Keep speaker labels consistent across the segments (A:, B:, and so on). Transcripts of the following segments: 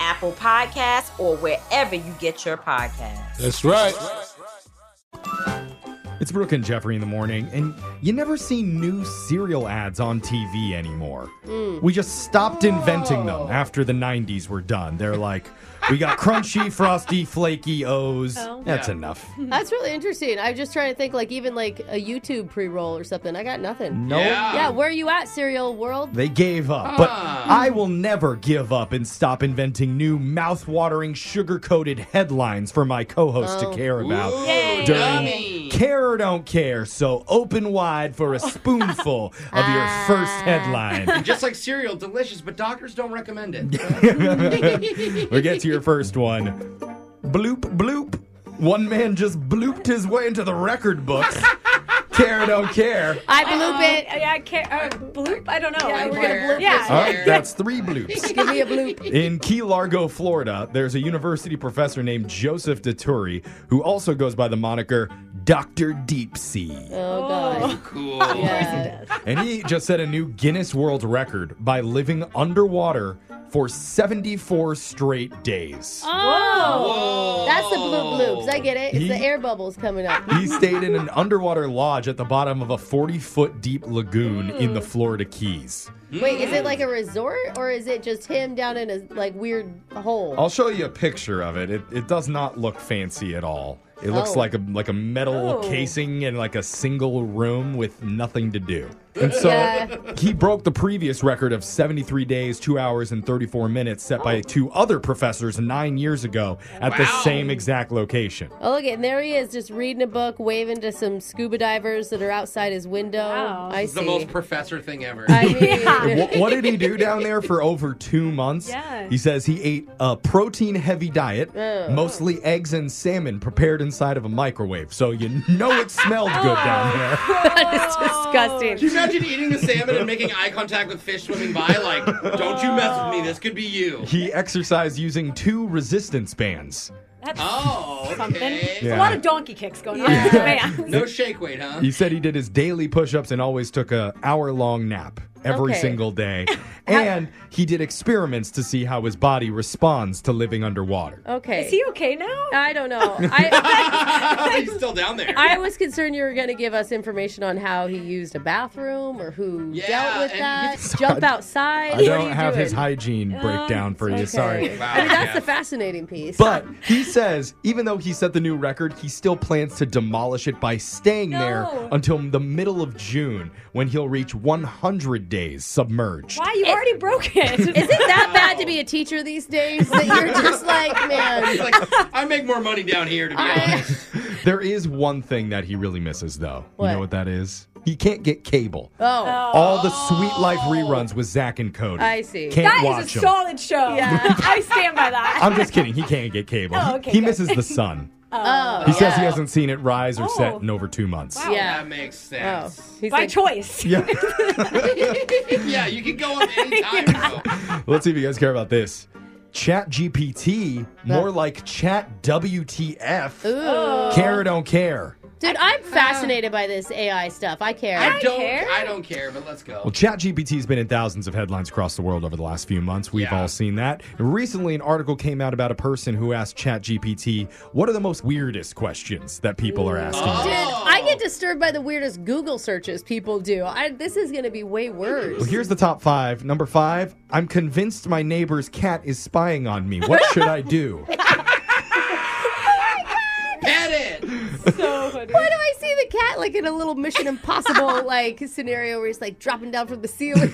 A: Apple Podcasts, or wherever you get your podcasts.
B: That's right.
C: It's Brooke and Jeffrey in the morning, and you never see new cereal ads on TV anymore. We just stopped inventing them after the 90s were done. They're like, we got crunchy, frosty, flaky O's.
D: Oh.
C: That's
D: Yeah.
C: enough.
D: That's really interesting. I'm just trying to think, like even like a YouTube pre-roll or something. I got nothing.
C: No.
D: Yeah,
C: Yeah.
D: where are you at, cereal world?
C: They gave up, Uh, but
D: Ah.
C: I will never give up and stop inventing new mouth-watering, sugar-coated headlines for my co-host
D: Oh.
C: to care about
D: Ooh, Yay. yummy.
C: Care or Don't Care. So open wide for a spoonful of your first headline.
E: And just like cereal, delicious, but doctors don't recommend it.
C: we get to your first one. Bloop bloop. One man just blooped his way into the record books. care or don't care.
F: I bloop it. Yeah, I care. Uh, bloop? I don't know. Yeah, we're gonna bloop
C: All right, that's three bloops.
F: Give me a bloop.
C: In Key Largo, Florida, there's a university professor named Joseph Daturi who also goes by the moniker Dr. Deep Sea.
D: Oh god.
E: Cool.
C: And he just set a new Guinness World Record by living underwater for 74 straight days.
D: Oh, that's the bloop bloops. I get it. It's the
C: He-
D: air bubbles coming up.
C: He stayed in an underwater lodge at the bottom of a 40 foot deep lagoon in the Florida Keys.
D: Hmm. Wait, is it like a resort or is it just him down in a like weird hole?
C: I'll show you a picture of it. It, it does not look fancy at all. It looks
D: Oh.
C: like a like a metal
D: Oh.
C: casing and like a single room with nothing to do. And so
D: Yeah.
C: he broke the previous record of 73 days, 2 hours and 34 minutes set by two other professors 9 years ago at the same exact location.
D: Oh look, and there he is, just reading a book, waving to some scuba divers that are outside his window. I
E: It's the
D: see.
E: most professor thing ever.
D: I mean,
C: Wh- what did he do down there for over 2 months?
D: Yeah.
C: He says he ate a protein heavy diet,
D: Oh.
C: mostly eggs and salmon prepared inside of a microwave. So you know it smelled good down there.
E: that
D: is disgusting.
E: Can you imagine eating the salmon and making eye contact with fish swimming by? Like, don't you mess with me. This could be you.
C: He exercised using two resistance bands.
F: That's
E: Oh,
F: something. A
C: Yeah.
F: lot of donkey kicks going on.
E: No shake weight, huh?
C: He said he did his daily push ups and always took a hour long nap. every
D: Okay.
C: single day. and he did experiments to see how his body responds to living underwater.
D: Okay. Is
F: he okay now?
D: I don't know. I,
E: He's still down there.
D: I was concerned you were going to give us information on how he used a bathroom or who dealt with that. Uh, Jump outside.
C: I
D: What
C: don't
D: are you
C: have
D: doing? Uh,
C: his hygiene breakdown for you. Sorry.
D: I mean, that's the fascinating piece.
C: But he says, even though he set the new record, he still plans to demolish it by staying
F: No.
C: there until the middle of June when he'll reach 100 days submerged.
F: Why? You already broke it.
D: Is it that bad to be a teacher these days that you're just like, man?
E: He's like, I make more money down here, to be honest.
C: There is one thing that he really misses, though. You know what that is? He can't get cable.
D: oh.
C: All the Sweet Life reruns with Zach and Cody.
F: I see.
C: Can't
F: That is
C: watch
F: a
C: 'em.
F: solid show. Yeah. I stand by that.
C: I'm just kidding. He can't get cable.
F: Oh,
C: He-
F: okay,
C: he
F: good.
C: misses the sun.
F: Oh,
C: he says he hasn't seen it rise or set
F: Oh.
C: in over two months.
D: yeah.
E: That makes
D: Oh.
E: sense.
F: by choice.
C: Yeah.
E: yeah, you can go up anytime. though.
C: Let's see if you guys care about this. Chat GPT, more like Chat WTF.
D: Ooh.
C: Care or don't care.
D: Dude, I'm fascinated by this AI stuff. I care.
E: I don't I don't care, but let's go.
C: Well, ChatGPT has been in thousands of headlines across the world over the last few months. We've all seen that. Recently, an article came out about a person who asked ChatGPT, "What are the most weirdest questions that people are asking?"
D: Dude, I get disturbed by the weirdest Google searches people do. I, this is going to be way worse.
C: Well, here's the top five. Number five: I'm convinced my neighbor's cat is spying on me. What should I do?
E: Pet it.
F: So funny.
D: Why do I see the cat like in a little Mission Impossible like scenario where he's like dropping down from the ceiling?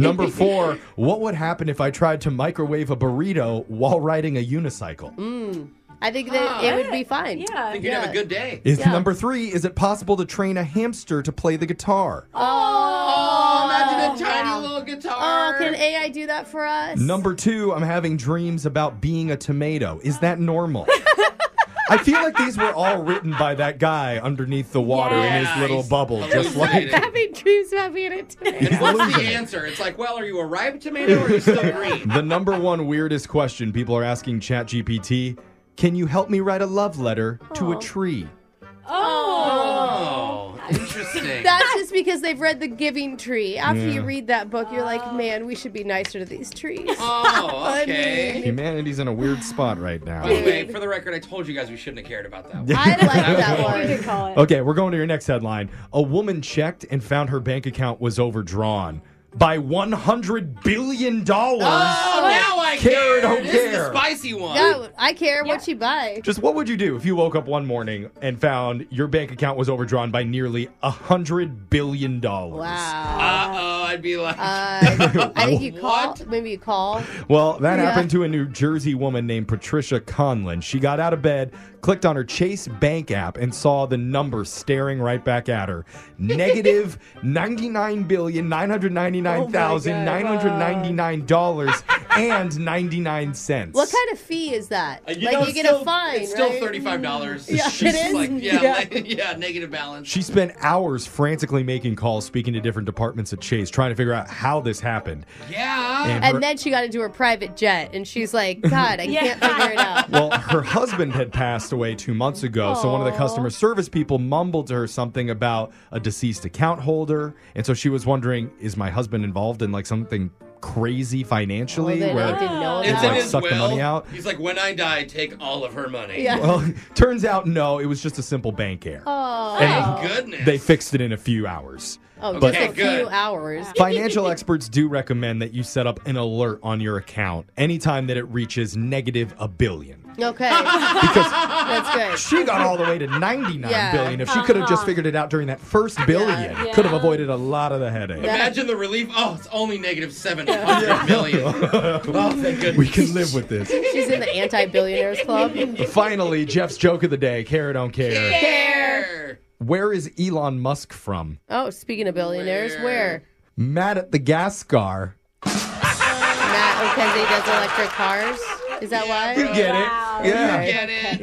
C: Number four: What would happen if I tried to microwave a burrito while riding a unicycle?
D: Mm, I think that it would be fine. Yeah,
E: I think you'd have a good day.
C: Is number three: Is it possible to train a hamster to play the guitar?
D: Oh,
E: imagine a tiny little guitar.
D: Oh, can AI do that for us?
C: Number two, I'm having dreams about being a tomato. Is that normal? I feel like these were all written by that guy underneath the water in
E: Yes.
C: his little bubble, just
E: Hallucinating.
C: like
D: Having dreams about being a tomato.
E: And what's the answer? It's like, well, are you a ripe tomato or are you still green?
C: the number one weirdest question people are asking ChatGPT: Can you help me write a love letter to a tree?
E: Oh, interesting.
D: That's just because they've read The Giving Tree. After you
C: Yeah.
D: read that book, you're
E: Uh,
D: like, man, we should be nicer to these trees.
E: Oh,
D: I
E: okay.
D: mean,
C: Humanity's in a weird spot right now.
E: By the way, for the record, I told you guys we shouldn't have cared about that. One.
D: I like that one.
F: We could call it.
C: Okay, we're going to your next headline. A woman checked and found her bank account was overdrawn by $100 billion.
E: Oh, now I
C: Care
E: care.
C: or don't
E: this is
C: care.
E: the spicy one.
D: No, I care what you buy.
C: Just what would you do if you woke up one morning and found your bank account was overdrawn by nearly $100 billion?
D: Wow.
E: Uh oh, I'd be like,
D: Uh, I think you call. Maybe you call.
C: Well, that
D: Yeah.
C: happened to a New Jersey woman named Patricia Conlon. She got out of bed, clicked on her Chase Bank app, and saw the number staring right back at her. Negative ninety-nine billion nine hundred ninety-nine thousand nine hundred ninety-nine dollars and ninety-nine cents.
D: Oh What kind of fee is that?
E: Uh, you
D: like
E: know,
D: you
E: it's
D: get
E: still,
D: a fine.
E: It's still
D: right?
E: thirty-five dollars.
D: Yeah, it is.
E: Like, yeah,
D: Yeah.
E: like- yeah, negative balance.
C: She spent hours frantically making calls, speaking to different departments at Chase, trying to figure out how this happened.
E: Yeah.
C: And her-
D: And then she got into her private jet, and she's like, God, I can't figure it out.
C: well, her husband had passed away two months ago, so one of the customer service people mumbled to her something about a deceased account holder, and so she was wondering, is my husband involved in like something crazy financially
D: then I
C: where
D: didn't know
C: he's,
E: It's in
C: like,
E: his
C: suck the
E: will.
C: money out?
E: He's like, when I die, take all of her money.
D: Yeah.
C: Well, turns out no, it was just a simple bank error.
D: Oh,
C: And
E: Goodness.
C: They fixed it in a few hours.
D: oh
C: But-
D: just a
E: good.
D: few hours.
C: Financial experts do recommend that you set up an alert on your account anytime that it reaches negative a billion.
D: Okay, that's good.
C: She got all the way to ninety nine billion.
D: Yeah.
C: If she could have just figured it out during that first billion,
F: Yeah.
C: could have avoided a lot of the headache.
E: Imagine the relief. Oh, it's only negative seven hundred million. Oh, thank goodness.
C: we can live with this.
D: She's in the anti-billionaires club.
C: Finally, Jeff's joke of the day, care or don't care.
E: Care.
C: Where is Elon Musk from?
D: Oh, speaking of billionaires, where?
C: Mad at the gas car.
D: Not because he does electric cars. Is that why?
C: You get it. Yeah.
D: Okay.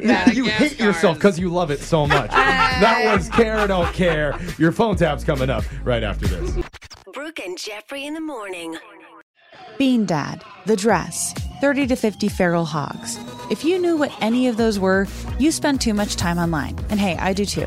C: Yeah, you hate yourself because you love it so much. that was care or don't care. Your phone tap's coming up right after this.
G: Brooke and Jeffrey in the morning.
H: Bean Dad, The Dress, 30 to 50 Feral Hogs. If you knew what any of those were, you spend too much time online. And hey, I do too.